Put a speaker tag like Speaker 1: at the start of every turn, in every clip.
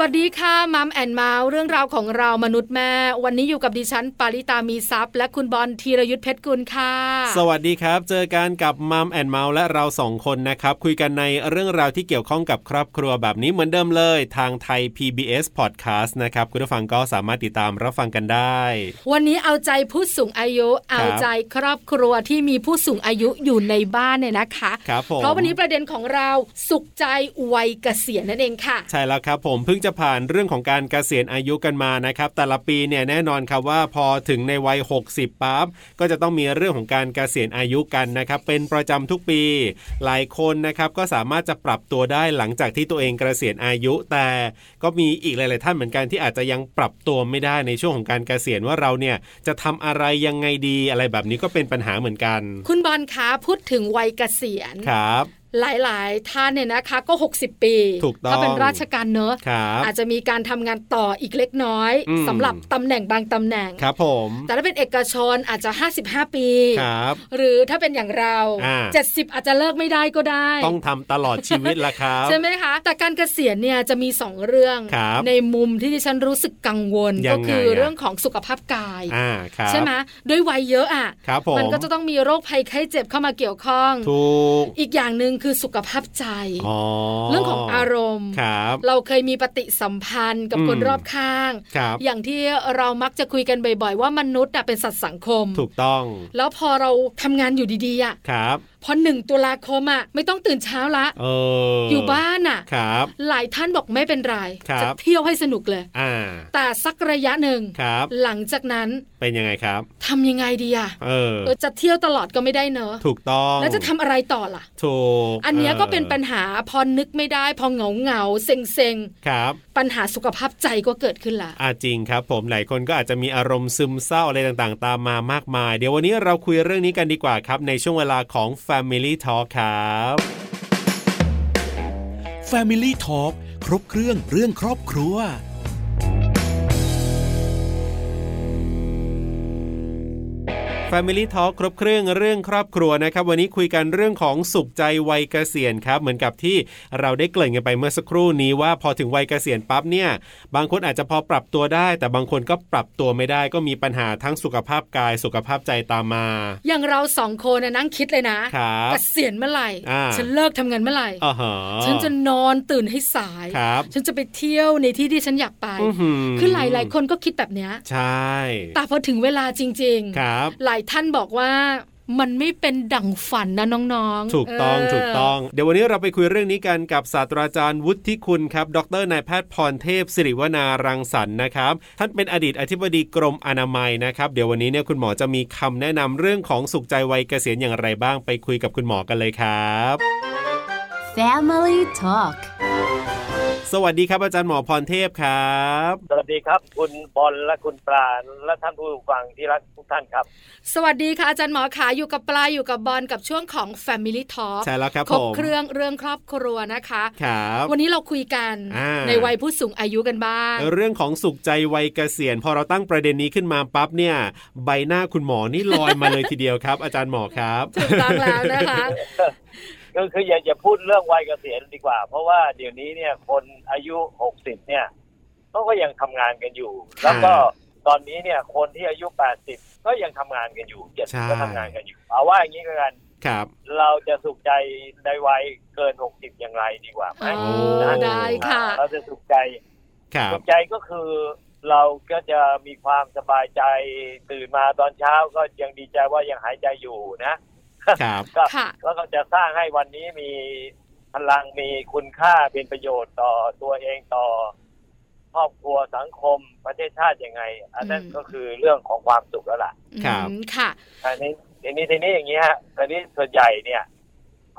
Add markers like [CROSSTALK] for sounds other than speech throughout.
Speaker 1: สวัสดีค่ะมัมแอนเมาส์เรื่องราวของเรามนุษย์แม่ วันนี้อยู่กับดิฉันปาริตามีซัพ์และคุณบอลธีรยุทธเพชรกุลค่ะ
Speaker 2: สวัสดีครับ เจอกันกับมัมแอนเมาส์และเราสองคนนะครับ คุยกันในเรื่องราวที่เกี่ยวข้องกับครอบครัวแบบนี้เหมือนเดิมเลย ทางไทย PBS Podcast นะครับ คุณผู้ฟังก็สามารถติดตามรับฟังกันได้
Speaker 1: วันนี้เอาใจผู้สูงอายุ เอาใจครอบครัวที่มีผู้สูงอายุอยู่ในบ้านเนี่ยนะคะ
Speaker 2: ครับผม
Speaker 1: เพราะวันนี้ประเด็นของเราสุขใจวัยเกษียณนั่นเองค่ะ
Speaker 2: ใช่แล้วครับผมเพิ่งจะผ่านเรื่องของการเกษียณอายุกันมานะครับ แต่ละปีเนี่ยแน่นอนครับว่าพอถึงในวัย 60ปั๊บก็จะต้องมีเรื่องของการเกษียณอายุกันนะครับ เป็นประจำทุกปี หลายคนนะครับก็สามารถจะปรับตัวได้หลังจากที่ตัวเองเกษียณอายุ แต่ก็มีอีกหลาย ๆ ท่านเหมือนกันที่อาจจะยังปรับตัวไม่ได้ในช่วงของการเกษียณว่าเราเนี่ยจะทำอะไรยังไงดีอะไรแบบนี้ก็เป็นปัญหาเหมือนกัน
Speaker 1: คุณบอลคะพูดถึงวัยเกษียณ
Speaker 2: ครับ
Speaker 1: หลายๆ ท่านเนี่ยนะคะก็ 60 ปี
Speaker 2: ถูกต้อง
Speaker 1: ถ้าเป็นราชการเนอะ
Speaker 2: ครับ
Speaker 1: อาจจะมีการทำงานต่ออีกเล็กน้อย
Speaker 2: อืม
Speaker 1: สำหรับตำแหน่งบางตำแหน่ง
Speaker 2: ครับผม
Speaker 1: แต่ถ้าเป็นเอกชนอาจจะ 55 ปี
Speaker 2: ครับ
Speaker 1: หรือถ้าเป็นอย่างเรา
Speaker 2: อ่า
Speaker 1: 70 อาจจะเลิกไม่ได้ก็ได้
Speaker 2: ต้องทำตลอดชีวิตละครับ
Speaker 1: ใช่ไหมคะ แต่การเกษียณเนี่ยจะมี 2 เรื่อง
Speaker 2: ครับ
Speaker 1: ในมุมที่ดิฉันรู้สึกกังวล
Speaker 2: ยัง
Speaker 1: ก็
Speaker 2: ไง
Speaker 1: คืออะ เรื่องของสุขภาพกาย
Speaker 2: อ่าครับ
Speaker 1: ใช่ไหมด้วยวัยเยอะอ่ะ
Speaker 2: ครับผม
Speaker 1: มันก็จะต้องมีโรคภัยไข้เจ็บเข้ามาเกี่ยวข้อง
Speaker 2: ถูก
Speaker 1: อีกอย่างหนึ่งคือสุขภาพใจ
Speaker 2: อ๋อ
Speaker 1: เรื่องของอารมณ์
Speaker 2: ครับ
Speaker 1: เราเคยมีปฏิสัมพันธ์กับ
Speaker 2: อืม
Speaker 1: คนรอบข้าง
Speaker 2: ครับ
Speaker 1: อย่างที่เรามักจะคุยกันบ่อยๆ ว่ามนุษย์น่ะเป็นสัตว์สังคม
Speaker 2: ถูกต้อง
Speaker 1: แล้วพอเราทำงานอยู่ดีๆอ่ะ
Speaker 2: ครับ
Speaker 1: พอหนึ่งตุลาคมอ่ะไม่ต้องตื่นเช้าละ
Speaker 2: เออ
Speaker 1: อยู่บ้านอ่ะ
Speaker 2: ครับ
Speaker 1: หลายท่านบอกไม่เป็นไร
Speaker 2: ครับ
Speaker 1: จะเที่ยวให้สนุกเลย
Speaker 2: อ่า
Speaker 1: แต่สักระยะหนึ่ง
Speaker 2: ครับ
Speaker 1: หลังจากนั้น
Speaker 2: เป็นยังไงครับ
Speaker 1: ทำยังไงดีอ่ะ
Speaker 2: เออ
Speaker 1: เออจะเที่ยวตลอดก็ไม่ได้เนอะ
Speaker 2: ถูกต้อง
Speaker 1: แล้วจะทำอะไรต่อล่ะ
Speaker 2: ถูก
Speaker 1: อันเนี้ยก็เป็นปัญ
Speaker 2: ออ
Speaker 1: หาพอนึกไม่ได้ พอเหงาเหงาๆเซ็งเซ็ง
Speaker 2: ครับ
Speaker 1: ๆปัญหาสุขภาพใจก็เกิดขึ้นละ
Speaker 2: อาจริงครับผมหลายคนก็อาจจะมีอารมณ์ซึมเศร้าอะไรต่างๆ ตามมามากมาย เดี๋ยววันนี้เราคุยเรื่องนี้กันดีกว่าครับ ในช่วงเวลาของ Family Talk ครับ
Speaker 3: Family Talk ครบเครื่องเรื่องครอบครัว
Speaker 2: Family Talk ครบเครื่องเรื่องครอบครัวนะครับ วันนี้คุยกันเรื่องของสุขใจวัยเกษียณครับ เหมือนกับที่เราได้เกริ่นกันไปเมื่อสักครู่นี้ว่าพอถึงวัยเกษียณปั๊บเนี่ย บางคนอาจจะพอปรับตัวได้ แต่บางคนก็ปรับตัวไม่ได้ก็มีปัญหาทั้งสุขภาพกายสุขภาพใจตามมา
Speaker 1: อย่างเราสองคนน่ะนั่งคิดเลยนะครับ เกษียณเมื่อไหร่
Speaker 2: อ่า
Speaker 1: ฉันเลิกทำงานเมื่อไหร่
Speaker 2: อ่าฮะ
Speaker 1: ฉันจะนอนตื่นให้สาย
Speaker 2: ครับ
Speaker 1: ฉันจะไปเที่ยวในที่ที่ฉันอยากไป
Speaker 2: อื้อหือ
Speaker 1: คือหลาย ๆ คนก็คิดแบบเนี้ย
Speaker 2: ใช่
Speaker 1: แต่พอถึงเวลาจริง
Speaker 2: ครับ
Speaker 1: ๆ หลายท่านบอกว่ามันไม่เป็นดั่งฝันนะน้องๆ
Speaker 2: ถูกต้อง
Speaker 1: เ
Speaker 2: ถูกต้อง เดี๋ยววันนี้เราไปคุยเรื่องนี้กันกับศาสตราจารย์วุฒิคุณครับ ดรนายแพทย์พรเทพสิริวนารังสรรค์นะครับ ท่านเป็นอดีตอธิบดีกรมอนามัยนะครับ เดี๋ยววันนี้เนี่ยคุณหมอจะมีคำแนะนำเรื่องของสุขใจวัยเกษียณอย่างไรบ้างไปคุยกับคุณหมอกันเลยครับ
Speaker 4: Family Talk
Speaker 2: สวัสดีครับอาจารย์หมอพรเทพครับ
Speaker 5: สวัสดีครับคุณบอลและคุณปลาและท่านผู้ฟังที่รักทุกท่านครับ
Speaker 1: สวัสดีค่ะอาจารย์หมอขาอยู่กับปลาอยู่กับบอลกับช่วงของ Family Talk
Speaker 2: ใช่แล้วครับ
Speaker 1: คร
Speaker 2: ผ
Speaker 1: บ
Speaker 2: ม
Speaker 1: เครื่องเรื่องครอบครัวนะคะ
Speaker 2: ครับ
Speaker 1: วันนี้เราคุยกัน
Speaker 2: อ่า
Speaker 1: ในวัยผู้สูงอายุกันบ้าง
Speaker 2: เรื่องของสุขใจวัยเกษียณพอเราตั้งประเด็นนี้ขึ้นมาปั๊บเนี่ย ใบหน้าคุณหมอนี่ลอยมาเลยทีเดียวครับ อาจารย์หมอครับ
Speaker 1: ถูกต้องแล้วนะคะ
Speaker 5: ก็คืออย่าอย่าพูดเรื่องวัยเกษียณดีกว่า เพราะว่าเดี๋ยวนี้เนี่ยคนอายุ 60 เนี่ยเขาก็ยังทำงานกันอยู่
Speaker 2: ค่ะ
Speaker 5: แล้วก็ตอนนี้เนี่ยคนที่อายุ 80 ก็ยังทำงานกันอยู่เจ็ด
Speaker 2: ใช่
Speaker 5: ก็ทำงานกันอยู่เอาว่าอย่างนี้ก็กัน
Speaker 2: ครับ
Speaker 5: เราจะสุขใจในวัยเกิน 60 อย่างไรดีกว่าไหม
Speaker 1: อ๋อ
Speaker 5: นะ
Speaker 1: ได้ค่ะ
Speaker 5: เราจะสุขใจ
Speaker 2: ครับ
Speaker 5: สุขใจก็คือเราก็จะมีความสบายใจตื่นมาตอนเช้าก็ยังดีใจว่ายังหายใจอยู่นะครับ ก็
Speaker 1: ค่ะ
Speaker 5: แล้วก็จะสร้างให้วันนี้มีพลังมีคุณค่าเป็นประโยชน์ต่อตัวเองต่อ ครอบครัวสังคมประเทศชาติยังไง อันนั้น
Speaker 1: อืม
Speaker 5: ก็คือเรื่องของความสุขแล้วล่ะ
Speaker 2: ครับ
Speaker 1: อืมค่ะ
Speaker 5: อันนี้ทีนี้ทีนี้อย่างนี้ฮะทีนี้ส่วนใหญ่เนี่ย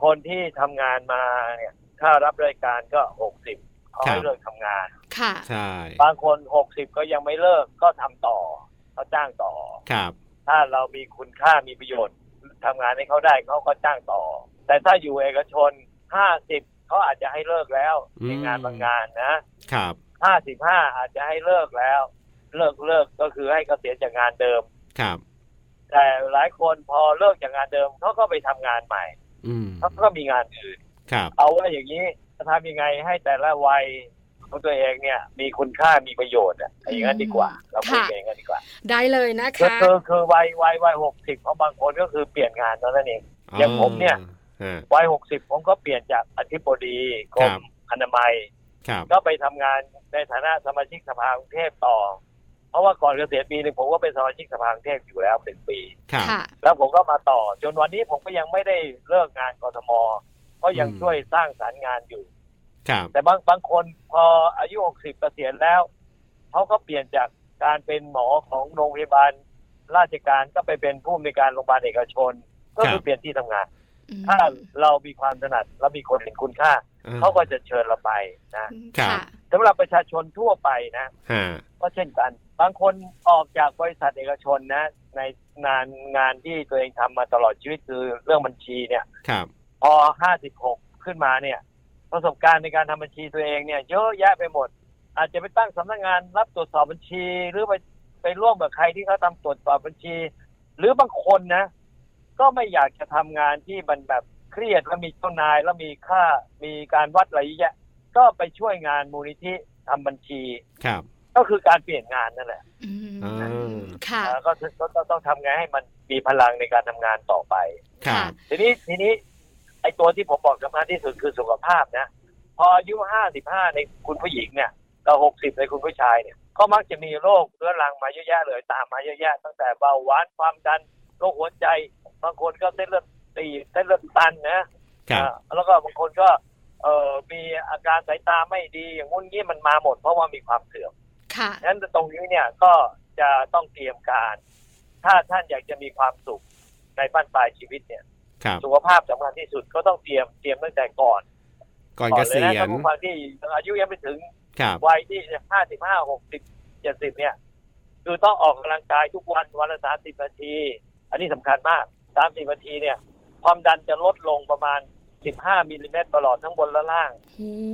Speaker 5: คนที่ทำงานมาเนี่ย ถ้ารับรายการก็หกสิบเขาให้เลิกทำงาน
Speaker 1: ค่ะ
Speaker 2: ใช่
Speaker 5: บางคนหกสิบก็ยังไม่เลิกก็ทำต่อเขาจ้างต่อ
Speaker 2: ครับ
Speaker 5: ถ้าเรามีคุณค่ามีประโยชน์ทำงานให้เขาได้เขาก็จ้างต่อ แต่ถ้าอยู่เอกชนห้าสิบเขาอาจจะให้เลิกแล้ว
Speaker 2: อืม
Speaker 5: ในงานบางงานนะครับ ห้าสิบห้าอาจจะให้เลิกแล้ว เลิกเลิกก็คือให้เกษียณจากงานเดิม
Speaker 2: ครับ
Speaker 5: แต่หลายคนพอเลิกจากงานเดิมเขาก็ไปทำงานใหม่
Speaker 2: อืม
Speaker 5: เขาก็มีงานอื่น
Speaker 2: ครับ
Speaker 5: เอาว่าอย่างนี้จะทำยังไงให้แต่ละวัยของตัวเองเนี่ย มีคุณค่ามีประโยชน์อะอย่างนั้นดีกว่า เราคุยกันอย่างนั้นดีกว่า
Speaker 1: ได้เลยนะ
Speaker 5: คือ
Speaker 1: คะ
Speaker 5: คือคือวัยวัยวัยหกสิบของบางคนก็คือเปลี่ยนงานเท่านั้นเอง อย่างผมเนี่ย
Speaker 2: อ่า
Speaker 5: วัยหกสิบผมก็เปลี่ยนจากอธิบดีกร
Speaker 2: ครั
Speaker 5: ม
Speaker 2: บ
Speaker 5: อนามัย
Speaker 2: ครับ
Speaker 5: ก็ไปทำงานในฐานะสมาชิกสภากรุงเทพต่อ เพราะว่าก่อนเกษียณปีหนึ่งผมก็เป็นสมาชิกสภากรุงเทพอยู่แล้วเป็นปี
Speaker 2: ครับ
Speaker 1: ค่ะ
Speaker 5: แล้วผมก็มาต่อ จนวันนี้ผมก็ยังไม่ได้เลิกงานกทมก็ยัง
Speaker 2: อืม
Speaker 5: ช่วยสร้างสรรค์งานอยู่
Speaker 2: ครับ
Speaker 5: แต่บางบางคนพออายุ 60เกษียณแล้ว เขาก็เปลี่ยนจากการเป็นหมอของโรงพยาบาล ราชการก็ไปเป็นผู้อำนวยการโรงพยาบาลเอกชน ก็คือเปลี่ยนที่ทำงาน ถ้าเรามีความถนัดและมีคนเห็นคุณค่า
Speaker 2: อ่
Speaker 5: เขาก็จะเชิญเราไปนะ
Speaker 2: ครับ
Speaker 5: สำหรับประชาชนทั่วไปนะ
Speaker 2: ฮะ
Speaker 5: ก็เช่นกัน บางคนออกจากบริษัทเอกชนนะ ในงานงานที่ตัวเองทำมาตลอดชีวิตคือเรื่องบัญชีเนี่ย
Speaker 2: ครับ
Speaker 5: พอ 56 ขึ้นมาเนี่ย ประสบการณ์ในการทำบัญชีตัวเองเนี่ยเยอะแยะไปหมด อาจจะไปตั้งสำนักงานรับตรวจสอบบัญชี หรือไปไปร่วมกับใครที่เขาทำตรวจสอบบัญชี หรือบางคนนะ ก็ไม่อยากจะทำงานที่มันแบบเครียดแล้วมีเจ้านายแล้วมีค่ามีการวัดอะไรเยอะแยะก็ไปช่วยงานมูลนิธิทำบัญชี
Speaker 2: ครับ
Speaker 5: ก็คือการเปลี่ยนงานนั่นแหละ
Speaker 1: อืม
Speaker 2: อ่า
Speaker 1: ค่ะ
Speaker 5: แล้วก็ก็ก็ต้องทำไงให้มันมีพลังในการทำงานต่อไป
Speaker 2: ครับ
Speaker 5: ทีนี้ทีนี้ไอ้ตัวที่ผมบอกสำคัญที่สุดคือสุขภาพนะ พออายุห้าสิบห้าในคุณผู้หญิงเนี่ยกับหกสิบในคุณผู้ชายเนี่ย ก็มักจะมีโรคเรื้อรังมาเยอะแยะเลยตามมาเยอะแยะตั้งแต่เบาหวานความดันโรคหัวใจบางคนก็เส้นเลือดตีบเส้นเลือดตันนะครับ อ่าแล้วก็บางคนก็เอ่อมีอาการสายตาไม่ดีอย่างงุ่นงี้มันมาหมดเพราะว่ามีความเสื่อม
Speaker 1: ค่ะ
Speaker 5: ฉะนั้นตรงนี้เนี่ยก็จะต้องเตรียมการ ถ้าท่านอยากจะมีความสุขในบ้านปลายชีวิตเนี่ย
Speaker 2: ครับ
Speaker 5: สุขภาพสำคัญที่สุดก็ต้องเตรียมเตรียมตั้งแต่ก่อน
Speaker 2: ก่อนเก
Speaker 5: เลย
Speaker 2: ษี
Speaker 5: นะ
Speaker 2: ย
Speaker 5: ท่า
Speaker 2: ณ
Speaker 5: นผู้ฟังที่อายุยังไม่ถึง
Speaker 2: ครับ
Speaker 5: วัยที่ห้าสิบห้าหกสิบเจ็ดสิบเนี่ย คือต้องออกกำลังกายทุกวันวันละสามสิบนาที อันนี้สำคัญมากสามสิบนาทีเนี่ย ความดันจะลดลงประมาณสิบห้ามิลลิเมตรตลอดทั้งบนและล่าง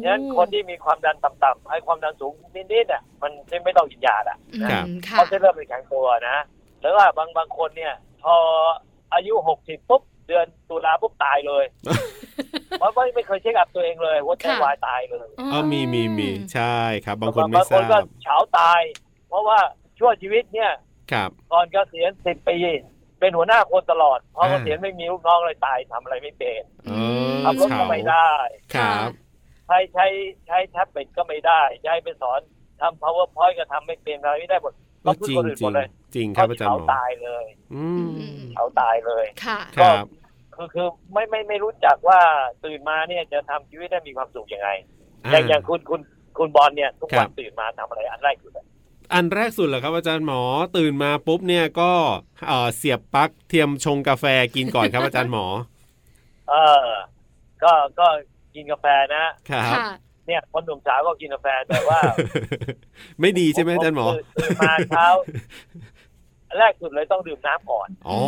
Speaker 5: ฉะนั้นคนที่มีความดันต่ำๆไอ้ความดันสูงนิดๆเนี่ยมันไม่ต้องกินยาอ่ะ
Speaker 1: อืม
Speaker 2: ครับ
Speaker 1: ค่ะ
Speaker 5: เพราะเส้นเลือดมันแข็งตัวนะแล้วว่าบางบางคนเนี่ย พออายุหกสิบปุ๊บ เดือนตุลาปุ๊บตายเลย
Speaker 1: [LAUGHS]
Speaker 5: เพราะไม่ไม่เคยเช็คอัพตัวเองเลยหัวใจวายตายเลย
Speaker 2: เออมีมีมีใช่ครับ บางคนไม่
Speaker 5: บาง
Speaker 2: ท
Speaker 5: คนก็
Speaker 2: ราบ
Speaker 5: เฉาตาย เพราะว่าชั่วชีวิตเนี่ย
Speaker 2: ครับ
Speaker 5: ก่อนเกษียณสิบปี เป็นหัวหน้าคนตลอด พอ
Speaker 2: อ่า
Speaker 5: เกษียณไม่มีลูกน้องเลยตายทำอะไรไม่เป็น
Speaker 2: เออ
Speaker 5: ขับรถ
Speaker 2: เฉา
Speaker 5: ก็ไม่ได้
Speaker 2: ครับ
Speaker 5: ใช้ใช้ใช้แท็บเล็ตก็ไม่ได้ใช้ไปสอนทำ powerpoint ก็ทำไม่เป็นอะไรไม่ได้หมด
Speaker 2: ก็จริ
Speaker 5: พึ่
Speaker 2: ง
Speaker 5: คนอื่น
Speaker 2: จ
Speaker 5: หม
Speaker 2: ริง
Speaker 5: ดเลย
Speaker 2: จริงครับอาจารย์ห
Speaker 5: เฉา
Speaker 2: มอ
Speaker 5: ตายเลย
Speaker 2: อืม
Speaker 5: เขาตายเลย
Speaker 1: ค่ะ
Speaker 2: ครับ
Speaker 5: คือคือไม่ไม่ไม่รู้จักว่าตื่นมาเนี่ยจะทำชีวิตได้มีความสุขยังไง อย่างอย่างคุณคุณคุณบอลเนี่ยทุก
Speaker 2: ครั
Speaker 5: วั
Speaker 2: บ
Speaker 5: นตื่นมาทำอะไรอันแรกคืออะไร
Speaker 2: อันแรกสุดเหรอครับอาจารย์หมอตื่นมาปุ๊บเนี่ยก็เอ่อเสียบปลั๊กเทียมชงกาแฟกินก่อนครับอาจารย์หมอ
Speaker 5: เออ ก็ก็กินกาแฟนะ
Speaker 2: ครับ
Speaker 1: ค่ะ
Speaker 5: เนี่ยคนหนุ่มสาวก็กินกาแฟแต่ว่า
Speaker 2: ไม่ดีใช่ไหม [LAUGHS] อาจารย์หมอ
Speaker 5: ตื่นตื่นมาเช้าแรกสุดเลยต้องดื่มน้ำก่อน
Speaker 2: อ๋อ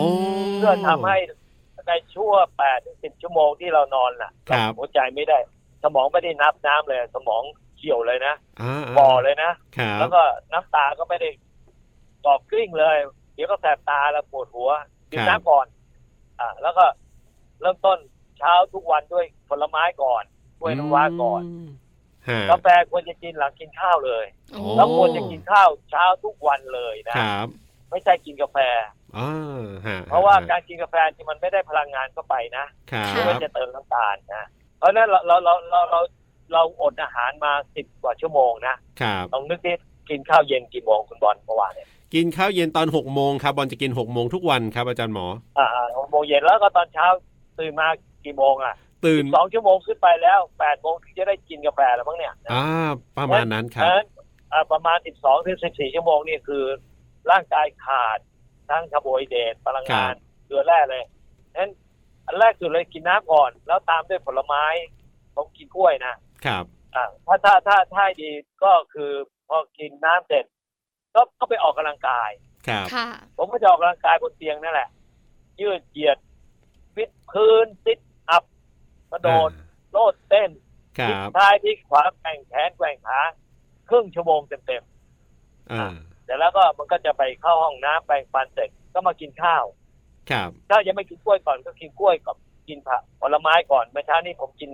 Speaker 5: เพื่อทำให้ในช่วงแปดถึงสิบชั่วโมงที่เรานอนน่ะ
Speaker 2: ครับ
Speaker 5: หัวใจไม่ได้ สมองไม่ได้นับน้ำเลย สมองเขียวเลยนะ
Speaker 2: อ่าๆ
Speaker 5: บ่อเลยนะ
Speaker 2: ครับ
Speaker 5: แล้วก็น้ำตาก็ไม่ได้ตอบกลิ้งเลย เดี๋ยวก็แสบตาแล้วปวดหัวดื่มน้ำก่อน อ่า แล้วก็เริ่มต้นเช้าทุกวันด้วยผลไม้ก่อนกล้วยน้ำว้าก่อน
Speaker 2: มฮะ
Speaker 5: กาแฟควรจะกินหลังกินข้าวเลย
Speaker 2: โอ้
Speaker 5: แล้วควรจะกินข้าวเช้าทุกวันเลยนะครับ ไม่ใช่กินกาแฟ
Speaker 2: อ่าฮะ
Speaker 5: เพราะว่าการกินกาแฟที่มันไม่ได้พลังงานเข้าไปนะ
Speaker 2: ครั
Speaker 5: ไม่
Speaker 2: บ
Speaker 5: จะเติมน้ำตาลนะเพราะฉะนั้นเราเราเราเราเราเราอดอาหารมาสิบกว่าชั่วโมงนะครับ ลองนึกดิกินข้าวเย็นกี่โมงคุณบอลเมื่อวานเนี่ย
Speaker 2: กินข้าวเย็นตอนหกโมงครับบอลจะกินหกโมงทุกวันครับอาจารย์หมอ
Speaker 5: อ่าหกโมงเย็นแล้วก็ตอนเช้าตื่นมากี่โมงอ่ะ
Speaker 2: ตื่น
Speaker 5: สองชั่วโมงขึ้นไปแล้วแปดโมงถึงจะได้กินกาแฟแล้วมั้งเนี่ย
Speaker 2: อ่าประมาณนั้นครับ
Speaker 5: เพาะฉะนั้นอ่าประมาณสิบสองถึงสิบสี่ชั่วโมงนี่คือ ร่างกายขาดทั้งคาร์โบไฮเดรตพลังงาน
Speaker 2: ครับ
Speaker 5: เกลือแร่เลยฉะนั้นอันแรกสุดเลยกินน้ำก่อน แล้วตามด้วยผลไม้ผมกินกล้วยนะ
Speaker 2: ครับ
Speaker 5: อ่าถ้าถ้าถ้าถ้าให้ดีก็คือพอกินน้ำเสร็จก็ก็ไปออกกำลังกาย
Speaker 2: ครับ
Speaker 1: ค่ะ
Speaker 5: ผมก็จะออกกำลังกายบนเตียงนั่นแหละ ยืดเหยียดฟิตพื้นซิดอัพกระโดดโลดเต้น
Speaker 2: ค
Speaker 5: พลิก
Speaker 2: รับ
Speaker 5: ซ้ายพลิกขวาแกว่งแขนแกว่งขาครึ่งชั่วโมงเต็ม
Speaker 2: อ่า
Speaker 5: ๆแต่แล้วก็มันก็จะไปเข้าห้องน้ำแปรงฟันเสร็จ ก็ ก็มากินข้าว
Speaker 2: ครับ
Speaker 5: ถ้ายังไม่กินกล้วยก่อนก็กินกล้วยก่อนกินผักผลไม้ก่อนเมื่อเช้านี้ผมกิน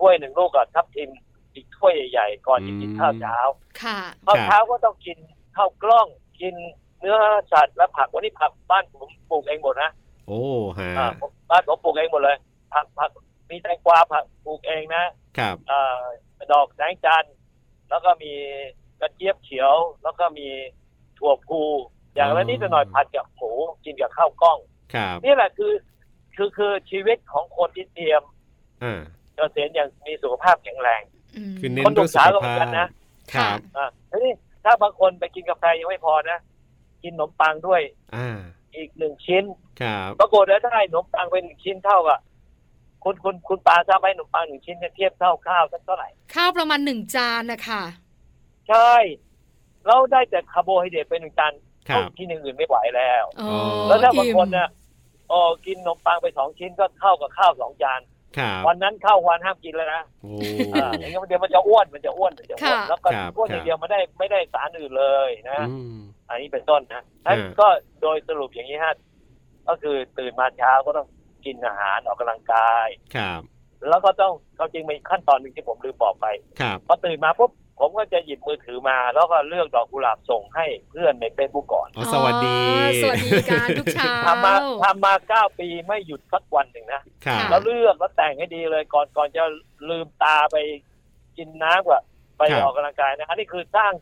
Speaker 5: กล้วยหนึ่งลูกกับทับทิมอีกถ้วยใหญ่ๆก่อนจะกินข้าวเช้า
Speaker 1: ค่ะ
Speaker 5: ข้าวเช้าก็ต้องกินข้าวกล้องกินเนื้อสัตว์และผักวันนี้ผักบ้านผมปลูกเองหมดนะ
Speaker 2: โอ้ฮะ
Speaker 5: อ่าผมบ้านผมปลูกเองหมดเลยผักผักมีแตงกวาผักปลูกเองนะครับ เอ่อดอกแตงจันทร์แล้วก็มีกระเจี๊ยบเขียว แล้วก็มีถั่วพูอย่างละนิดละหน่อยผัดกับหมูกินกับข้าวกล้อง
Speaker 2: ครับ
Speaker 5: นี่แหละคือคือคือชีวิตของคนที่เตรียม
Speaker 2: อ่า
Speaker 5: เกษียณอย่างมีสุขภาพแข็งแรง
Speaker 1: อืม
Speaker 2: คือเน้น
Speaker 5: คน
Speaker 2: เรื่องสุข
Speaker 5: ศึกษาก็เหมื
Speaker 2: ภา
Speaker 5: อ
Speaker 2: พ
Speaker 5: นกันนะ
Speaker 2: ครับ
Speaker 5: อ่าทีนี้ถ้าบางคนไปกินกาแฟยังไม่พอนะ กินขนมปังด้วย
Speaker 2: อ่า
Speaker 5: อีกหนึ่งชิ้น
Speaker 2: ครับ
Speaker 5: ปรากฏว่าถ้าได้ขนมปังเป็นหนึ่งชิ้นเท่ากับคุณคุณคุณปาทราบไหมขนมปังหนึ่งชิ้นเนี่ยเทียบเท่าข้าวสักเท่าไหร่
Speaker 1: ข้าวประมาณหนึ่งจานนะคะ
Speaker 5: ใช่เราได้แต่คาร์โบไฮเดรตเป็นหนึ่งจาน
Speaker 2: ครั
Speaker 5: เท่า
Speaker 2: บ
Speaker 5: กินอย่างอื่นไม่ไหวแล้ว
Speaker 1: อ๋อ
Speaker 5: แล้วถ้าบางคน
Speaker 1: อิ่
Speaker 5: นะเอ๋อกินขนมปังไปสองชิ้นก็เท่ากับข้าวสองจาน
Speaker 2: ครับ
Speaker 5: วันนั้นข้าววันห้ามกินแล้วนะ
Speaker 2: โอ้
Speaker 5: อ่าอย่างเงี้ยเดี๋ยวมันจะอ้วนมันจะอ้วนมันจะอ้วนแล้วก็
Speaker 2: ครับ
Speaker 5: อ้วนอ
Speaker 2: ครั
Speaker 5: ย่า
Speaker 2: บ
Speaker 5: งเดียวมันได้ไม่ได้สารอื่นเลยนะ
Speaker 2: อืม
Speaker 5: อันนี้เป็นต้นนะ
Speaker 2: อ่า
Speaker 5: แล้วก็โดยสรุปอย่างนี้ฮะก็คือตื่นมาเช้าก็ต้องกินอาหารออกกำลังกาย
Speaker 2: ครับ
Speaker 5: แล้วก็ต้องเขาจริงมีขั้นตอนหนึ่งที่ผมลืมบอกไป
Speaker 2: ครับ
Speaker 5: พอตื่นมาปุ๊บผมก็จะหยิบมือถือมา แล้วก็เลือกดอกกุหลาบส่งให้เพื่อนในเฟซบุ๊กก่อน
Speaker 2: อ๋อสวัสดี
Speaker 1: อ๋อสวัสดีการทุกเช้า
Speaker 5: ทำมาทำมาเก้าปีไม่หยุดสักวันหนึ่งนะ
Speaker 2: ครั
Speaker 1: ค่ะ
Speaker 5: แล้ว
Speaker 2: บ
Speaker 5: เลือกแล้วแต่งให้ดีเลยก่อนก่อนจะลืมตาไปกินน้ำกับไป
Speaker 2: ครับ
Speaker 5: ออกกำลังกายนะอันนี้คือสร้าง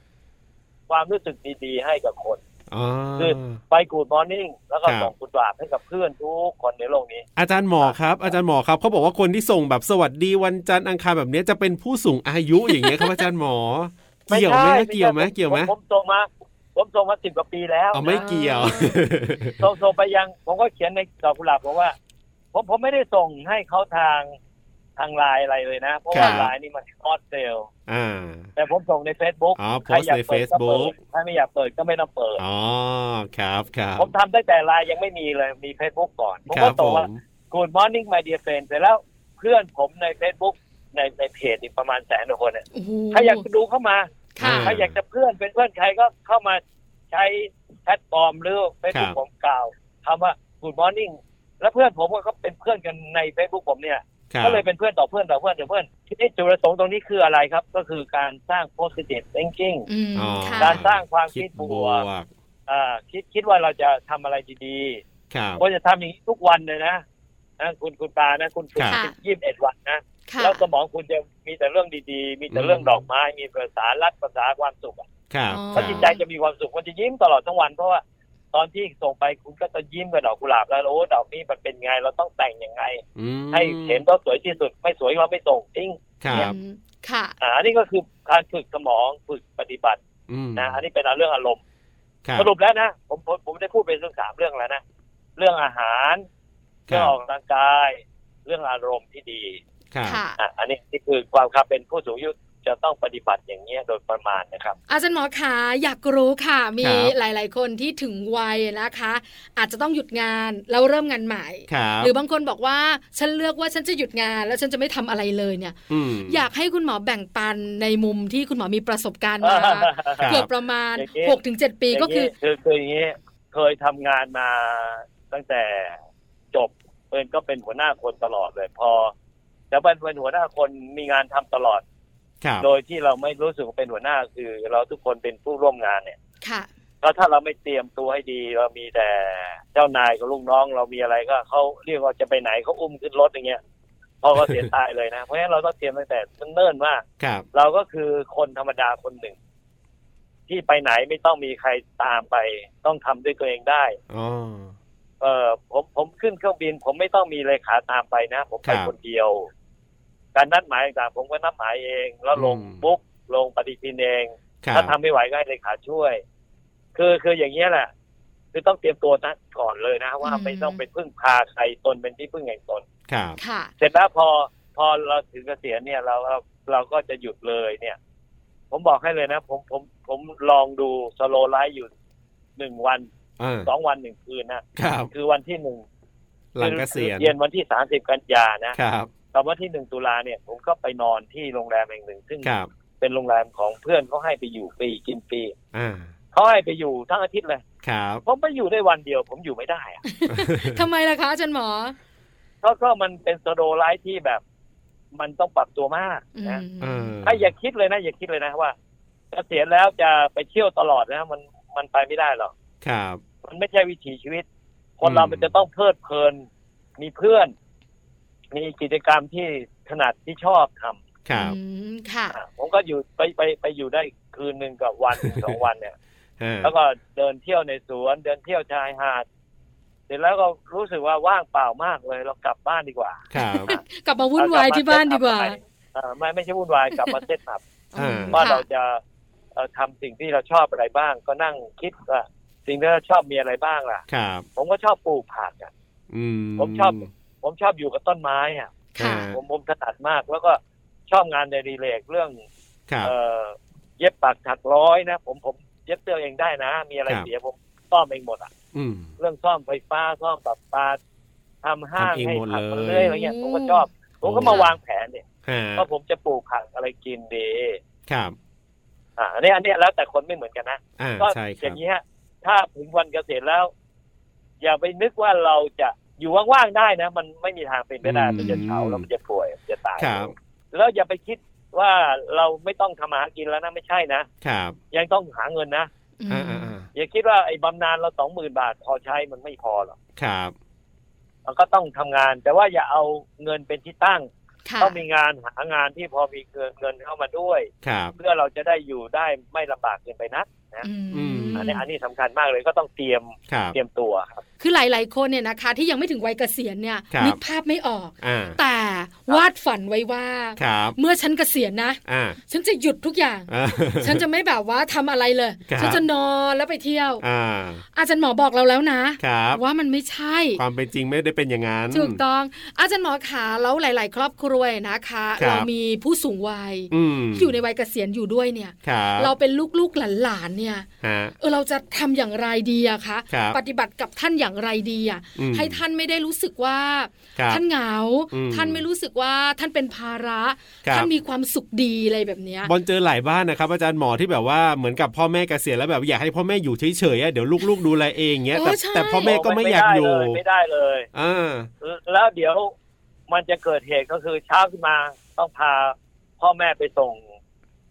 Speaker 5: ความรู้สึกดีๆ ให้กับคน
Speaker 2: อ๋อ
Speaker 5: คือ ไปกูดมอร์นิ่งแล้วก็
Speaker 2: ครับ
Speaker 5: ส่งกุดบาบให้กับเพื่อนทุกคนในโลกนี้
Speaker 2: อาจารย์หมอครับอาจารย์หมอครับเขาบอกว่าคนที่ส่งแบบสวัสดีวันจันทร์อังคารแบบเนี้ยจะเป็นผู้สูงอายุ [LAUGHS] อย่างเงี้ยครับอาจารย์หมอ เกี่ยวไหม
Speaker 5: ใช่ใช่
Speaker 2: เกี่ยวไหมเกี่ยวไหม
Speaker 5: ผผมส่งมา ผมส่งมาสิบกว่าปีแล้ว
Speaker 2: อ๋อไม่
Speaker 5: นะ
Speaker 2: เกี่ยว
Speaker 5: ส่งส่งไปยัง ผมก็เขียนในดอกกุหลาบบอกว่า ผมผมไม่ได้ส่งให้เขาทางทางไลน์อะไรเลยนะ เพราะว่า
Speaker 2: ครับ
Speaker 5: ไลน์นี่มันออดเซล
Speaker 2: [LAUGHS] อ่า
Speaker 5: แต่ผมส่งใน Facebook
Speaker 2: อ๋อโพ
Speaker 5: ใคร
Speaker 2: สต์
Speaker 5: อยาก
Speaker 2: ใน
Speaker 5: เปิดก็เปิ
Speaker 2: Facebook
Speaker 5: ดถ้าไม่อยากเปิดก็ไม่ต้องเปิด
Speaker 2: อ๋อครับครับ
Speaker 5: ผมทำตั้งแต่ไลน์ยังไม่มีเลยมี Facebook ก่อน ผม
Speaker 2: ค
Speaker 5: ก็
Speaker 2: รับ
Speaker 5: ต
Speaker 2: ผ
Speaker 5: กว่า
Speaker 2: ม
Speaker 5: Good Morning My Dear Friend เสร็จแล้วเพื่อนผมใน Facebook ในในเพจอีกประมาณแสนกว่าคนเนี่ย
Speaker 1: โอ้โห
Speaker 5: ใครอยากดูเข้ามา
Speaker 1: ค่ะ
Speaker 2: อ่า
Speaker 5: ใครอยากจะเพื่อนเป็นเพื่อนใครก็เข้ามาใช้แพลตฟอร์มหรือ
Speaker 2: ค
Speaker 5: Facebook
Speaker 2: รับ
Speaker 5: ผมกล่าวคำว่า Good Morning แล้วเพื่อนผมก็เป็นเพื่อนกันใน Facebook ผมเนี่ย
Speaker 2: ครับ
Speaker 5: ก็เลยเป็นเพื่อนต่อเพื่อนต่อเพื่อนต่อเพื่อนทีนี้จุดประสงค์ตรงนี้คืออะไรครับ ก็คือการสร้าง positive thinking
Speaker 1: อืมค่ะ
Speaker 5: การสร้างความ
Speaker 2: คิ
Speaker 5: คิ
Speaker 2: ด
Speaker 5: ด
Speaker 2: บบ ว
Speaker 5: วก
Speaker 2: ก
Speaker 5: อ่าคิดคิดว่าเราจะทำอะไรดีๆ
Speaker 2: ครับ
Speaker 5: ควรจะทำอย่างนี้ทุกวันเลยนะนะคุณคุณปานะ คุณคุณ
Speaker 1: ครับ
Speaker 5: ยี่สิบเอ็ดวันนะ
Speaker 1: ค่ะ
Speaker 5: แล้วสมองคุณจะมีแต่เรื่องดีๆ มีแต่เรื่องดอกไม้ มีภาษารักภาษาความสุขอะ
Speaker 2: ครับ
Speaker 5: แล้วจิตใจจะมีความสุขมันจะยิ้มตลอดทั้งวันเพราะว่าตอนที่ส่งไปคุณก็จะยิ้มกับดอกกุหลาบแล้วโอ้ดอกนี้มันเป็นไง เราต้องแต่งยังไง
Speaker 2: อืม
Speaker 5: ให้เห็นว่าสวยที่สุดไม่สวยเราไม่ส่งทิ้ง
Speaker 2: ครับ
Speaker 1: อืมค่ะ
Speaker 5: อ่าอันนี้ก็คือการฝึกสมองฝึกปฏิบัติ
Speaker 2: อืม
Speaker 5: นะอันนี้เป็นเรื่องอารมณ์
Speaker 2: ครับ
Speaker 5: สรุปแล้วนะผมผมผมได้พูดไปเรื่องสามเรื่องแล้วนะ เรื่องอาหาร
Speaker 2: ครับ
Speaker 5: เรื่องออกกำลังกาย เรื่องอารมณ์ที่ดี
Speaker 2: ครับ
Speaker 1: ค่ะ
Speaker 5: อ่ะอันนี้นี่คือความครับเป็นผู้สูงอายุจะต้องปฏิบัติอย่างเงี้ยโดยประมาณนะครับ
Speaker 1: อาจารย์หมอขาอยากรู้ค่ะ มีหลาย ๆ คนที่ถึงวัยนะคะ อาจจะต้องหยุดงานแล้วเริ่มงานใหม่
Speaker 2: ครับ
Speaker 1: หรือบางคนบอกว่าฉันเลือกว่าฉันจะหยุดงานแล้วฉันจะไม่ทำอะไรเลยเนี่ย
Speaker 2: ม
Speaker 1: อยากให้คุณหมอแบ่งปันในมุมที่คุณหมอมีประสบการณ์มา
Speaker 2: [LAUGHS] ครับ
Speaker 1: เกือบประมาณ
Speaker 5: อย่างนี้
Speaker 1: 6-7 ปีก็คือ
Speaker 5: ย่างนี้คือคืออย่างนี้เคยทำงานมาตั้งแต่จบเป็นก็เป็นหัวหน้าคนตลอดเลย พอแล้วเป็นเป็นหัวหน้าคนมีงานทำตลอด
Speaker 2: ครับ
Speaker 5: โดยที่เราไม่รู้สึกว่าเป็นหัวหน้าคือ เราทุกคนเป็นผู้ร่วมงานเนี่ย
Speaker 1: ค่ะ
Speaker 5: ก็ถ้าเราไม่เตรียมตัวให้ดีเรามีแต่เจ้านายกับลูกน้องเรามีอะไรก็เขาเรียกว่าจะไปไหนเขาอุ้มขึ้นรถอย่างเงี้ยพอเขาเสียตายเลยนะ เพราะฉะนั้นเราต้องเตรียมตั้งแต่เนิ่นๆว่า
Speaker 2: ครับ
Speaker 5: เราก็คือคนธรรมดาคนหนึ่ง ที่ไปไหนไม่ต้องมีใครตามไป ต้องทำด้วยตัวเองได้
Speaker 2: อ๋อ
Speaker 5: เออผมผมขึ้นเครื่องบิน ผมไม่ต้องมีเลขาตามไปนะ ผมไป
Speaker 2: ครับ
Speaker 5: คนเดียว การนัดหมายต่างๆผมก็นัดหมายเอง แล้วลงปุ๊บลงปฏิทินเอง
Speaker 2: ครับ
Speaker 5: ถ้าทำไม่ไหวก็ให้เลขาช่วย คือคืออย่างเงี้ยแหละ คือต้องเตรียมตัวนะก่อนเลยนะ ว่า
Speaker 1: อืม
Speaker 5: ไม่ต้องไปพึ่งพาใครตนเป็นที่พึ่งแห่งตน
Speaker 2: ครับ
Speaker 1: ค่ะ
Speaker 5: เสร็จแล้วพอพอเราถึงเกษียณเนี่ยเราเราเราก็จะหยุดเลยเนี่ย ผมบอกให้เลยนะ ผมผมผมลองดูสโลไลฟ์อยู่หนึ่งวัน
Speaker 2: เออ
Speaker 5: สองวันหนึ่งคืนนะครับ คือวันที่หนึ่ง
Speaker 2: หลังเกษียณ
Speaker 5: คือเย็นวันที่สามสิบกันยานะครับ แต่วันที่หนึ่งตุลาเนี่ย ผมก็ไปนอนที่โรงแรมแห่งหนึ่ง ซึ่ง
Speaker 2: ครับ
Speaker 5: เป็นโรงแรมของเพื่อนเขาให้ไปอยู่ฟรีกินฟรี
Speaker 2: อ่า
Speaker 5: เขาให้ไปอยู่ทั้งอาทิตย์เลย
Speaker 2: ครับ
Speaker 5: ผมไม่อยู่ได้วันเดียว ผมอยู่ไม่ได้อะ
Speaker 2: [LAUGHS]
Speaker 1: ทำไมล่ะคะอาจารย์หมอ
Speaker 5: ก็ก็มันเป็นสโตรไลท์ที่แบบ มันต้องปรับตัวมาก
Speaker 1: อื
Speaker 5: นะ
Speaker 1: ม
Speaker 2: เออ
Speaker 5: ไอ้อย่าคิดเลยนะ อย่าคิดเลยนะว่าเกษียณแล้วจะไปเที่ยวตลอดนะ มันมันไปไม่ได้หรอก
Speaker 2: ครับ
Speaker 5: มันไม่ใช่วิถีชีวิต คนเรา
Speaker 2: อืม
Speaker 5: มันจะต้องเพลิดเพลิน มีเพื่อน มีกิจกรรมที่ถนัดที่ชอบทำ
Speaker 2: ครับ
Speaker 1: อืมค่ะ
Speaker 5: อ่ะผมก็อยู่ไปไปไปอยู่ได้คืนหนึ่งกับ
Speaker 2: [LAUGHS]
Speaker 5: วันหนึ่ง สองวันเนี่ย
Speaker 2: อ่า
Speaker 5: แล้วก็เดินเที่ยวในสวน เดินเที่ยวชายหาด เสร็จแล้วก็รู้สึกว่าว่างเปล่ามากเลยเรากลับบ้านดีกว่า
Speaker 2: ครับ
Speaker 1: กลับมาวุ่นวายที่บ้านดีกว่า
Speaker 5: เอ่อไม่ไม่ใช่วุ่นวายกลับมาเซตอัพ
Speaker 2: เออ
Speaker 5: ว่า
Speaker 1: ค่ะ
Speaker 5: เราจะเอ่อทำสิ่งที่เราชอบอะไรบ้าง ก็นั่งคิดว่าสิ่งที่เราชอบมีอะไรบ้างล่ะ
Speaker 2: ครับ
Speaker 5: ผมก็ชอบปลูกผักอ่ะ
Speaker 2: อืม
Speaker 5: ผมชอบ ผมชอบอยู่กับต้นไม้อ่ะ
Speaker 1: ค่ะ
Speaker 5: ผมผมถนัดมาก แล้วก็ชอบงานในรีเลกเรื่อง
Speaker 2: ครับ
Speaker 5: เอ่อเย็บปักถักร้อยนะผมผมเย็บเสื้อเองได้นะ มีอะไร
Speaker 2: ครับ
Speaker 5: เสียผมซ่อมเองหมดอ่ะ
Speaker 2: อืม
Speaker 5: เรื่องซ่อมไฟฟ้าซ่อมปรับปาทำห้าง
Speaker 2: ทำเอง
Speaker 5: ให้
Speaker 2: หมด
Speaker 5: ผักมัน
Speaker 2: เลย
Speaker 5: เรื่อยอะไรเงี้ยผมก็ชอบ ผมก็
Speaker 1: โอ้
Speaker 5: มาวางแผนเนี่ย
Speaker 2: ฮะ
Speaker 5: ว่าผมจะปลูกผักอะไรกินดี
Speaker 2: ครับ
Speaker 5: อ่าอันนี้อันนี้แล้วแต่คนไม่เหมือนกันนะ
Speaker 2: อ่า
Speaker 5: ก็
Speaker 2: ใช่ครับ
Speaker 5: อย่างนี้ฮะ ถ้าถึงวันเกษียณแล้ว อย่าไปนึกว่าเราจะอยู่ว่างๆได้นะ มันไม่มีทางเป็นไปได้มันจะเฉาแล้วมันจะป่วยมันจะตาย
Speaker 2: ครับ
Speaker 5: แล้วอย่าไปคิดว่าเราไม่ต้องทำมาหากินแล้วนะไม่ใช่นะครับ ยังต้องหาเงินนะ
Speaker 1: อื
Speaker 2: อ่าม อ่าอ่า
Speaker 5: อย่าคิดว่าไอ้บำนาญเราสองหมื่นบาทพอใช้มันไม่พอหรอก
Speaker 2: ครับ
Speaker 5: มันก็ต้องทำงาน แต่ว่าอย่าเอาเงินเป็นที่ตั้ง
Speaker 1: ค่ะ
Speaker 5: ต้องมีงานหางานที่พอมีเงินเงินเข้ามาด้วย
Speaker 2: ครับ
Speaker 5: เพื่อเราจะได้อยู่ได้ไม่ลำบากเกินไปนะ
Speaker 1: อืม
Speaker 2: อืม
Speaker 5: อันนี้อันนี้สำคัญมากเลยก็ต้องเตรียม
Speaker 2: ครับ
Speaker 5: เตรียมตัวครับ
Speaker 1: คือหลาย ๆ คนเนี่ยนะคะ ที่ยังไม่ถึงวัยเกษียณเนี่ย
Speaker 2: ครับ
Speaker 1: นึกภาพไม่ออก
Speaker 2: อ่า
Speaker 1: แต่วาดฝันไว้ว่า
Speaker 2: ครับ
Speaker 1: เมื่อฉันเกษียณนะ
Speaker 2: อ่า
Speaker 1: ฉันจะหยุดทุกอย่าง
Speaker 2: เออ
Speaker 1: ฉันจะไม่แบบว่าทำอะไรเลย
Speaker 2: ครับ
Speaker 1: ฉันจะนอนแล้วไปเที่ยว
Speaker 2: อ่า
Speaker 1: อาจารย์หมอบอกเราแล้วนะ
Speaker 2: ครับ
Speaker 1: ว่ามันไม่ใช่
Speaker 2: ความเป็นจริงไม่ได้เป็นอย่างนั้น
Speaker 1: ถูกต้อง อาจารย์หมอขาแล้วหลาย ๆ ครอบครัวนะคะ
Speaker 2: ครับ
Speaker 1: เรามีผู้สูงวัย
Speaker 2: อืม
Speaker 1: ที่อยู่ในวัยเกษียณอยู่ด้วยเนี่ย
Speaker 2: ครับ
Speaker 1: เราเป็นลูก ๆ หลาน ๆ เนี่ย
Speaker 2: ฮะ
Speaker 1: เออเราจะทำอย่างไรดีอะคะ
Speaker 2: ครับ
Speaker 1: ปฏิบัติกับท่านอย่างไรดีอะ
Speaker 2: อืม
Speaker 1: ให้ท่านไม่ได้รู้สึกว่า
Speaker 2: ครับ
Speaker 1: ท่านเหงา
Speaker 2: อืม
Speaker 1: ท่านไม่รู้สึกว่าท่านเป็นภาระ
Speaker 2: ครับ
Speaker 1: ท่านมีความสุขดีอะไรแบบเนี้ย
Speaker 2: บอลเจอหลายบ้านนะครับอาจารย์หมอที่แบบว่าเหมือนกับพ่อแม่เกษียณแล้วแบบอยากให้พ่อแม่อยู่เฉยๆอ่ะเดี๋ยวลูกๆดูแลเองเงี้ย
Speaker 1: โอ้
Speaker 2: แต่
Speaker 1: ใช่
Speaker 2: แต่พ่อแม่ก็ไม่อยากอยู่
Speaker 5: ไม่ได้เลย
Speaker 2: อ่า
Speaker 5: ไม่ได้เลย แล้วเดี๋ยวมันจะเกิดเหตุก็คือเช้าขึ้นมาต้องพาพ่อแม่ไปส่ง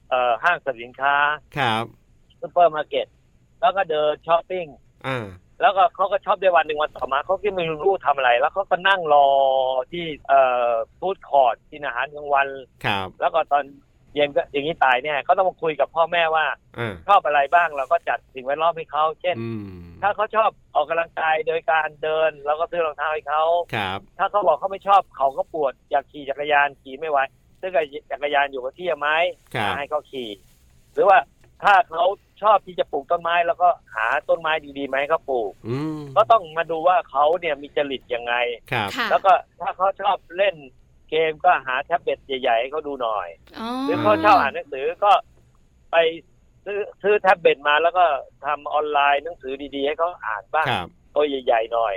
Speaker 5: เอ่อห้างสรรพสินค้า
Speaker 2: ครับ
Speaker 5: ซูเปอร์มาร์เก็ตแล้วก็เดินช้อปปิ้ง
Speaker 2: อ่า
Speaker 5: แล้วก็เขาก็ชอบได้วันหนึ่งวันต่อมาเขาก็ไม่รู้ทำอะไร แล้วเขาก็นั่งรอที่เอ่อฟู้ดคอร์ทกินอาหารกลางวัน
Speaker 2: ครับ
Speaker 5: แล้วก็ตอนเย็นก็อย่างนี้ตายเนี่ยก็ต้องมาคุยกับพ่อแม่ว่า
Speaker 2: อ่า
Speaker 5: ชอบอะไรบ้างเราก็จัดสิ่งแวดล้อมให้เขาเช่น
Speaker 2: อืม
Speaker 5: ถ้าเขาชอบออกกำลังกายโดยการเดินเราก็ซื้อรองเท้าให้เขา
Speaker 2: ครับ
Speaker 5: ถ้าเขาบอกเขาไม่ชอบเขาก็ปวดอยากขี่จักรยานขี่ไม่ไหวซื้อจักรยานอยู่กับที่ไหม
Speaker 2: ครับ
Speaker 5: ให้เขาขี่ หรือว่าถ้าเขาชอบที่จะปลูกต้นไม้แล้วก็หาต้นไม้ดีๆไหมาให้เขาปลูก
Speaker 2: อืม
Speaker 5: ก็ต้องมาดูว่าเขาเนี่ยมีจริตยังไง
Speaker 2: ครับ
Speaker 1: ค่ะ
Speaker 5: แล้วก็ถ้าเขาชอบเล่นเกมก็หาแท็บเล็ตใหญ่ๆให้เขาดูหน่อย
Speaker 1: อ๋อ
Speaker 5: หรือเขาชอบอ่านหนังสือก็ไปซื้อซื้อแท็บเล็ตมาแล้วก็ทำออนไลน์หนังสือดีๆ ให้เขาอ่านบ้าง
Speaker 2: ครับ
Speaker 5: ตัวใหญ่ ๆ หน่อย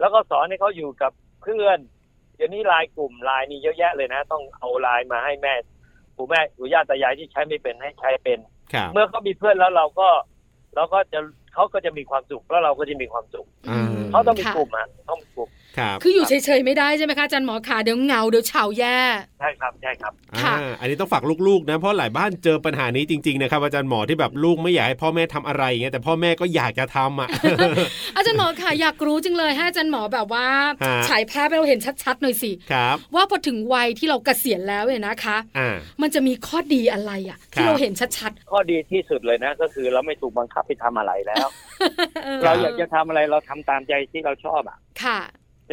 Speaker 5: แล้วก็สอนให้เขาอยู่กับเพื่อน เดี๋ยวนี้ไลน์กลุ่มไลน์นี่เยอะแยะเลยนะ ต้องเอาไลน์มาให้แม่ปู่แม่ปู่ย่าตายายที่ใช้ไม่เป็นให้ใช้เป็น
Speaker 2: ครับ
Speaker 5: เมื่อเขามีเพื่อนแล้วเราก็เราก็จะเขาก็จะมีความสุขแล้วเราก็จะมีความสุข
Speaker 1: อืม
Speaker 5: เขาต้องมี
Speaker 1: ค่ะ
Speaker 5: กลุ่มอ่ะต้องมีกลุ่ม
Speaker 2: ครับ
Speaker 1: คืออยู่เฉย ๆ ไม่ได้ใช่ไหมคะอาจารย์หมอขาเดี๋ยวเหงาเดี๋ยวเฉาแย่
Speaker 5: ใช่ครับใช่ครับ
Speaker 1: ค่ะ
Speaker 2: อ่าอันนี้ต้องฝากลูกๆนะเพราะหลายบ้านเจอปัญหานี้จริงๆนะครับอาจารย์หมอที่แบบลูกไม่อยากให้พ่อแม่ทำอะไรเงี้ยแต่พ่อแม่ก็อยากจะทำอ่ะ [LAUGHS]
Speaker 1: อาจารย์หมอค่ะ อยากรู้จังเลยให้อาจารย์หมอแบบว่า
Speaker 2: ฮะ
Speaker 1: ฉายภาพให้เราเห็นชัด ๆ หน่อยสิ
Speaker 2: ครับ
Speaker 1: ว่าพอถึงวัยที่เราเกษียณแล้วเนี่ยนะคะ
Speaker 2: อ่า
Speaker 1: มันจะมีข้อดีอะไรอะ
Speaker 2: ครั
Speaker 1: ที่
Speaker 2: บ
Speaker 1: เราเห็นชัด
Speaker 5: ข้อดีที่สุดเลยนะ ก็คือเราไม่ถูกบังคับให้ทำอะไรแล้ว
Speaker 1: ๆออ
Speaker 5: เราอยากจะทำอะไรเราทำตามใจที่เราชอบอ่ะ
Speaker 1: ค่ะ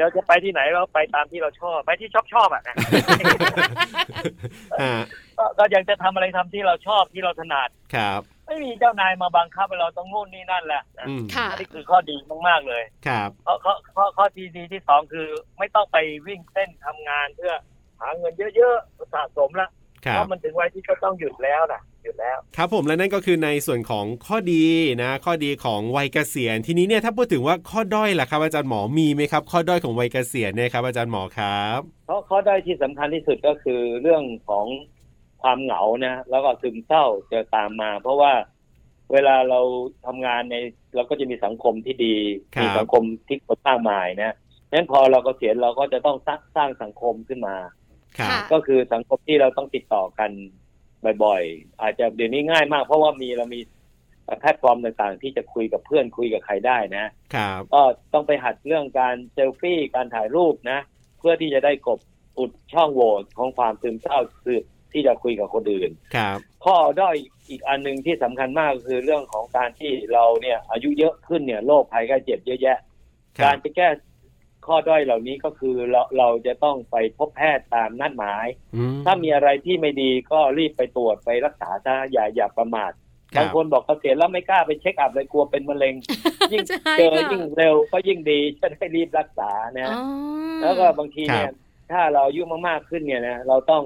Speaker 5: เราจะไปที่ไหนเราไปตามที่เราชอบไปที่ชอบชอบๆอ่ะนะ
Speaker 1: [LAUGHS]
Speaker 2: อ่า
Speaker 5: ก็ก็อยากจะทำอะไรทำที่เราชอบที่เราถนัด
Speaker 2: ครับ
Speaker 5: ไม่มีเจ้านายมาบังคับให้เราต้องนู่นนี่นั่นแหละนะ
Speaker 2: อืม
Speaker 5: [LAUGHS]
Speaker 1: ค่ะ
Speaker 5: นี่คือข้อดีมากๆเลย
Speaker 2: ครับ
Speaker 5: ข้อข้อข้อข้อดีดีที่สองคือ ไม่ต้องไปวิ่งเต้นทำงานเพื่อหาเงินเยอะๆสะสมละ
Speaker 2: ครับ
Speaker 5: เพราะมันถึงวัยที่ก็ต้องหยุดแล้วนะหยุดแล้ว
Speaker 2: ครับผมและนั่นก็คือในส่วนของข้อดีนะ ข้อดีของวัยเกษียณทีนี้เนี่ยถ้าพูดถึงว่าข้อด้อยล่ะครับอาจารย์หมอมีไหมครับ ข้อด้อยของวัยเกษียณเนี่ยครับอาจารย์หมอครับ
Speaker 5: เพราะข้อได้อยที่สำคัญที่สุดก็คือเรื่องของความเหงานะแล้วก็ซึมเศร้าจะตามมา เพราะว่า เวลาเราทำงานในเราก็จะมีสังคมที่ดี
Speaker 2: ครับ
Speaker 5: มีสังคมที่คนสร้างมายนะนั้นพอเราเกษียณเราก็จะต้องสร้างสร้างสังคมขึ้นมา
Speaker 2: ครับ
Speaker 1: ค่ะ
Speaker 5: ก็คือสังคมที่เราต้องติดต่อกันบ่อยๆ อาจจะเดี๋ยวนี้ง่ายมาก เพราะว่ามีเรามีแพลตฟอร์มต่างๆ ที่จะคุยกับเพื่อนคุยกับใครได้นะ
Speaker 2: ครับ
Speaker 5: ก็ต้องไปหัดเรื่องการเซลฟี่การถ่ายรูปนะ เพื่อที่จะได้กลบอุดช่องโหว่ของความซึมเศร้าคือที่จะคุยกับคนอื่น
Speaker 2: ครับ
Speaker 5: ข้อด้อยอีกอันหนึ่งที่สำคัญมากก็คือเรื่องของการที่เราเนี่ยอายุเยอะขึ้นเนี่ยโรคภัยไข้เจ็บเยอะแยะ
Speaker 2: ครั
Speaker 5: การ
Speaker 2: บ
Speaker 5: จะแก้ข้อด้อยเหล่านี้ก็คือเราเราจะต้องไปพบแพทย์ตามนัดหมาย
Speaker 2: อืม
Speaker 5: ถ้ามีอะไรที่ไม่ดีก็รีบไปตรวจไปรักษาซะอย่าอย่าประมาท
Speaker 2: ครับ
Speaker 5: างคนบอกเกษียณแล้วไม่กล้าไปเช็คอัพเลยกลัวเป็นมะเร็ง ยิ่ง
Speaker 1: ใช่
Speaker 5: เจอ
Speaker 1: ค่ะ
Speaker 5: ยิ่งเร็วก็ยิ่งดี [LAUGHS] จะได้รีบรักษานะ
Speaker 1: อ๋อ
Speaker 5: แล้วก็บางทีเนี่ยถ้าเราอายุมากๆขึ้นเนี่ยนะเราต้อง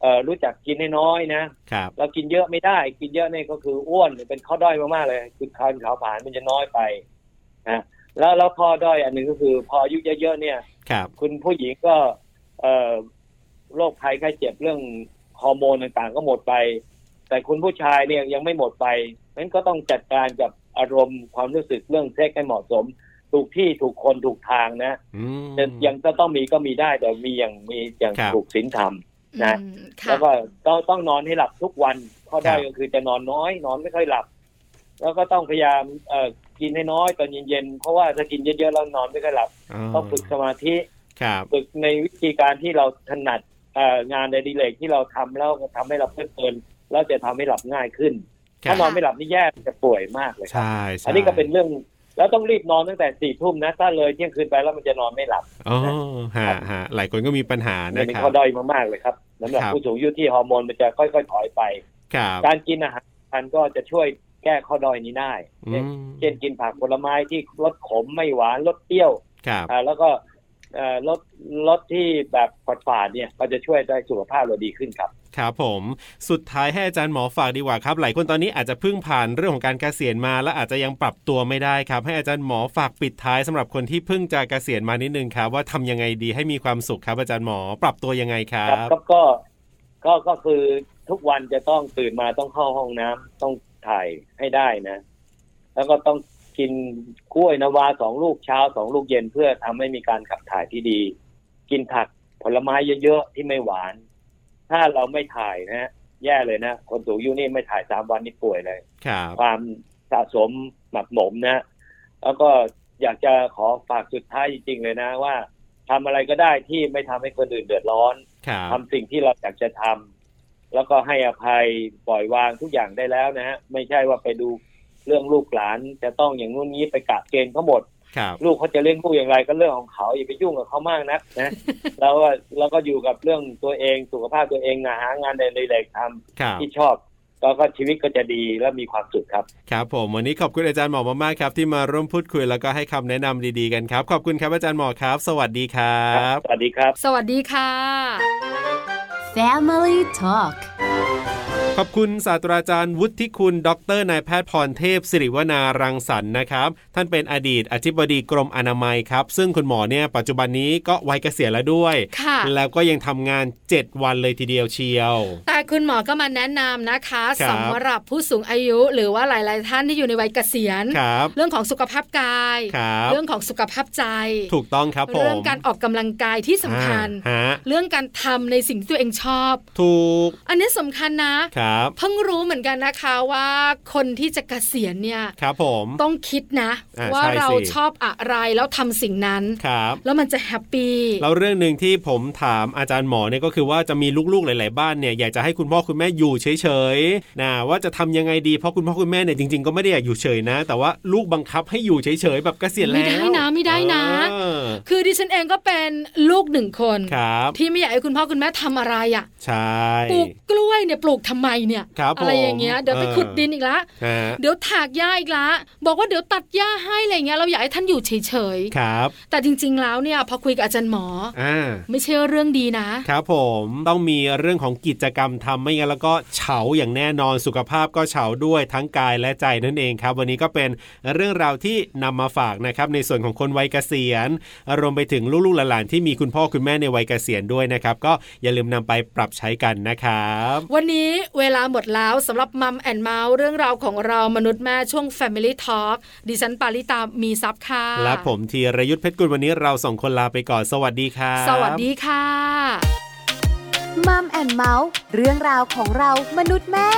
Speaker 5: เอ่อรู้จักกินให้น้อยนะ
Speaker 2: ครับ
Speaker 5: เรากินเยอะไม่ได้ กินเยอะเนี่ยก็คืออ้วนเป็นข้อด้อยมากๆเลย คือคานขาวผลานมันจะน้อยไปนะแล้วแล้วข้อด้อยอันหนึ่งก็คือ พออายุเยอะๆเนี่ย
Speaker 2: ครับ
Speaker 5: คุณผู้หญิงก็เอ่อโรคภัยไข้เจ็บเรื่องฮอร์โมนต่างๆ ก็หมดไป แต่คุณผู้ชายเนี่ยยังไม่หมดไปนั้นก็ต้องจัดการกับอารมณ์ความรู้สึกเรื่องเซ็กให้เหมาะสม ถูกที่ถูกคนถูกทางนะ
Speaker 2: อืม
Speaker 5: แต่ยังจะต้องมีก็มีได้แต่มีอย่างมีอย่าง
Speaker 2: ครับ
Speaker 5: ถูกศีลธรรม นะ
Speaker 1: อืมค่ะ
Speaker 5: แล้วก็ต้องต้องนอนให้หลับทุกวัน ข้อได้อย
Speaker 2: ครับ
Speaker 5: ก็คือจะนอนน้อย นอนไม่ค่อยหลับ แล้วก็ต้องพยายามเอ่อกินให้น้อยตอนเย็นๆเพราะว่าถ้ากินเยอะๆแล้วนอนไม่ค่อยหลับต้องฝึกสมาธิ
Speaker 2: ครับ
Speaker 5: ฝึกในวิธีการที่เราถนัดเอ่องานในดีเลกที่เราทำแล้วทำให้เราเพลิดเพลินแล้วจะทำให้หลับง่ายขึ้น
Speaker 2: ครั
Speaker 5: ถ้า
Speaker 2: บ
Speaker 5: นอนไม่หลับนี่แย่จะป่วยมากเลยครับ
Speaker 2: ใช่ใช่
Speaker 5: อันนี้ก็เป็นเรื่องแล้วต้องรีบนอนตั้งแต่สี่ทุ่มนะถ้าเลยเที่ยงคืนไปแล้วมันจะนอนไม่หลับ
Speaker 2: อ๋อฮะฮะหลายคนก็มีปัญหา
Speaker 5: มั
Speaker 2: นะ
Speaker 5: เป็น
Speaker 2: ครั
Speaker 5: ข้อบ ด้อยมากๆเลยครับสำหรับ
Speaker 2: ครับ
Speaker 5: ผู้สูงอายุที่ฮอร์โมนมันจะค่อยๆถอยไป
Speaker 2: ครับ
Speaker 5: การกินอาหารมันก็จะช่วยแก้ข้อด้อยนี้ได้
Speaker 2: อืม
Speaker 5: เช่นกินผักผลไม้ที่รสขมไม่หวานรสเปรี้ยว
Speaker 2: ครับ
Speaker 5: อ่าแล้วก็เอ่อรถรถที่แบบฝาดๆเนี่ยก็จะช่วยได้สุขภาพเราดีขึ้นครับ
Speaker 2: ครับผมสุดท้ายให้อาจารย์หมอฝากดีกว่าครับ หลายคนตอนนี้อาจจะเพิ่งผ่านเรื่องของการเกษียณมา และอาจจะยังปรับตัวไม่ได้ครับ ให้อาจารย์หมอฝากปิดท้ายสำหรับคนที่เพิ่งจะเกษียณมานิดนึงครับว่าทำยังไงดีให้มีความสุขครับอาจารย์หมอปรับตัวยังไงครั
Speaker 5: ครับ บก็ก็ก็คือทุกวันจะต้องตื่นมาต้องเข้าห้องน้ำต้องถ่ายให้ได้นะ แล้วก็ต้องกินกล้วยนาวาสองลูกเช้าสองลูกเย็นเพื่อทำให้มีการขับถ่ายที่ดี กินผักผลไม้เยอะๆที่ไม่หวาน ถ้าเราไม่ถ่ายนะฮะแย่เลยนะ คนสูงอายุนี่ไม่ถ่ายสามวันนี่ป่วยเลย
Speaker 2: ครับ
Speaker 5: ความสะสมหมักหมมนะ แล้วก็อยากจะขอฝากสุดท้ายจริงๆเลยนะว่าทำอะไรก็ได้ที่ไม่ทำให้คนอื่นเดือดร้อน
Speaker 2: ครับ
Speaker 5: ทำสิ่งที่เราอยากจะทำแล้วก็ให้อภัยปล่อยวางทุกอย่างได้แล้วนะฮะไม่ใช่ว่าไปดูเรื่องลูกหลาน จะต้องอย่างนู้นนี้ไปกะเกณฑ์เขาหมด
Speaker 2: ครับ
Speaker 5: ลูกเขาจะเลี้ยงลูกอย่างไรก็เรื่องของเขาอย่าไปยุ่งกับเขามากนัก
Speaker 2: [LAUGHS]
Speaker 5: นะ แล้วก็แล้วก็อยู่กับเรื่องตัวเองสุขภาพตัวเองหางานในเล็กๆท
Speaker 2: ครับ
Speaker 5: ำที่ชอบแล้วก็ชีวิตก็จะดีและมีความสุขครับ
Speaker 2: ครับผมวันนี้ขอบคุณอาจารย์หมอมากๆครับ ที่มาร่วมพูดคุยแล้วก็ให้คำแนะนำดีๆกันครับ ขอบคุณครับอาจารย์หมอครับ สวัสดีครับ
Speaker 5: สวัสดีครับ
Speaker 1: สวัสดีค่ะ
Speaker 4: Family Talk
Speaker 2: ขอบคุณศาสตราจารย์วุฒิคุณ ดรนายแพทย์พรเทพ สิริวนารังสรรค์นะครับ ท่านเป็นอดีตอธิบดีกรมอนามัยครับ ซึ่งคุณหมอเนี่ยปัจจุบันนี้ก็วัยเกษียณแล้วด้วย
Speaker 1: ค่ะ
Speaker 2: แล้วก็ยังทำงาน 7 วันเลยทีเดียวเชียว
Speaker 1: แต่คุณหมอก็มาแนะนำนะคะ
Speaker 2: ครับ
Speaker 1: สำหรับผู้สูงอายุหรือว่าหลาย ๆ ท่านที่อยู่ในวัยเกษียณ
Speaker 2: ครับ
Speaker 1: เรื่องของสุขภาพกาย
Speaker 2: ครับ
Speaker 1: เรื่องของสุขภาพใจ
Speaker 2: ถูกต้องครับผม
Speaker 1: เรื่องการออกกำลังกายที่สำคัญ
Speaker 2: อ่าฮะ
Speaker 1: เรื่องการทำในสิ่งที่ตัวเองชอบ
Speaker 2: ถูก
Speaker 1: อันนี้สำคัญนะ
Speaker 2: ครับ
Speaker 1: เพิ่งรู้เหมือนกันนะคะว่าคนที่จะเกษียณเนี่ย
Speaker 2: ครับผม
Speaker 1: ต้องคิดนะ
Speaker 2: อ่า
Speaker 1: ว่า
Speaker 2: ใช่
Speaker 1: เรา
Speaker 2: สิ
Speaker 1: ชอบอะไรแล้วทำสิ่งนั้น
Speaker 2: ครับ
Speaker 1: แล้วมันจะแฮปปี้
Speaker 2: แล้วเรื่องหนึ่งที่ผมถามอาจารย์หมอเนี่ยก็คือว่าจะมีลูกๆหลาย ๆ บ้านเนี่ยอยากจะให้คุณพ่อคุณแม่อยู่เฉยๆนะว่าจะทำยังไงดีเพราะคุณพ่อคุณแม่เนี่ยจริง ๆ ก็ไม่ได้อยากอยู่เฉยนะ แต่ว่าลูกบังคับให้อยู่เฉยๆแบบเกษียณแล้ว
Speaker 1: ไม่ได้นะไม่ได้นะ
Speaker 2: เออ
Speaker 1: คือดิฉันเองก็เป็นลูกหนึ่งคน
Speaker 2: ครับ
Speaker 1: ที่ไม่อยากให้คุณพ่อคุณแม่ทำอะไรอะ่ะ
Speaker 2: ใช่
Speaker 1: ปลูกกล้วยเนี่ยปลูกทำไมเนี่ย
Speaker 2: ครับ
Speaker 1: อะไร
Speaker 2: ผม
Speaker 1: อย่างเงี้ยเดี๋ยวไป
Speaker 2: เออ
Speaker 1: ขุดดินอีกละ
Speaker 2: ฮะ
Speaker 1: เดี๋ยวถากหญ้าอีกละบอกว่าเดี๋ยวตัดหญ้าให้อะไรเงี้ยเราอยากให้ท่านอยู่เฉย
Speaker 2: ครับ
Speaker 1: ๆแต่จริง ๆ แล้วเนี่ยพอคุยกับอาจารย์หมอ
Speaker 2: อ่า
Speaker 1: ไม่ใช่เรื่องดีนะ
Speaker 2: ครับผมต้องมีเรื่องของกิจกรรมทำไม่งั้นแล้วก็เฉาอย่างแน่นอนสุขภาพก็เฉาด้วยทั้งกายและใจนั่นเองครับ วันนี้ก็เป็นเรื่องราวที่นำมาฝากนะครับในส่วนของคนวัยเกษียณ รวมไปถึงลูกๆหลานๆที่มีคุณพ่อคุณแม่ในวัยเกษียณด้วยนะครับ ก็อย่าลืมนำไปปรับใช้กันนะครับ
Speaker 1: วันนี้เว ลาหมดแล้วสำหรับมัมแอนเมาส์เรื่องราวของเรามนุษย์แม่ช่วง Family Talk ดิฉันปาริตามีซับค่ะ
Speaker 2: และผมธีรยุทธเพชรกุลวันนี้เราสองคนลาไปก่อนสวัสดีครับ
Speaker 1: สวัสดีค่ะ
Speaker 4: มัมแอนเมาส์เรื่องราวของเรามนุษย์แม่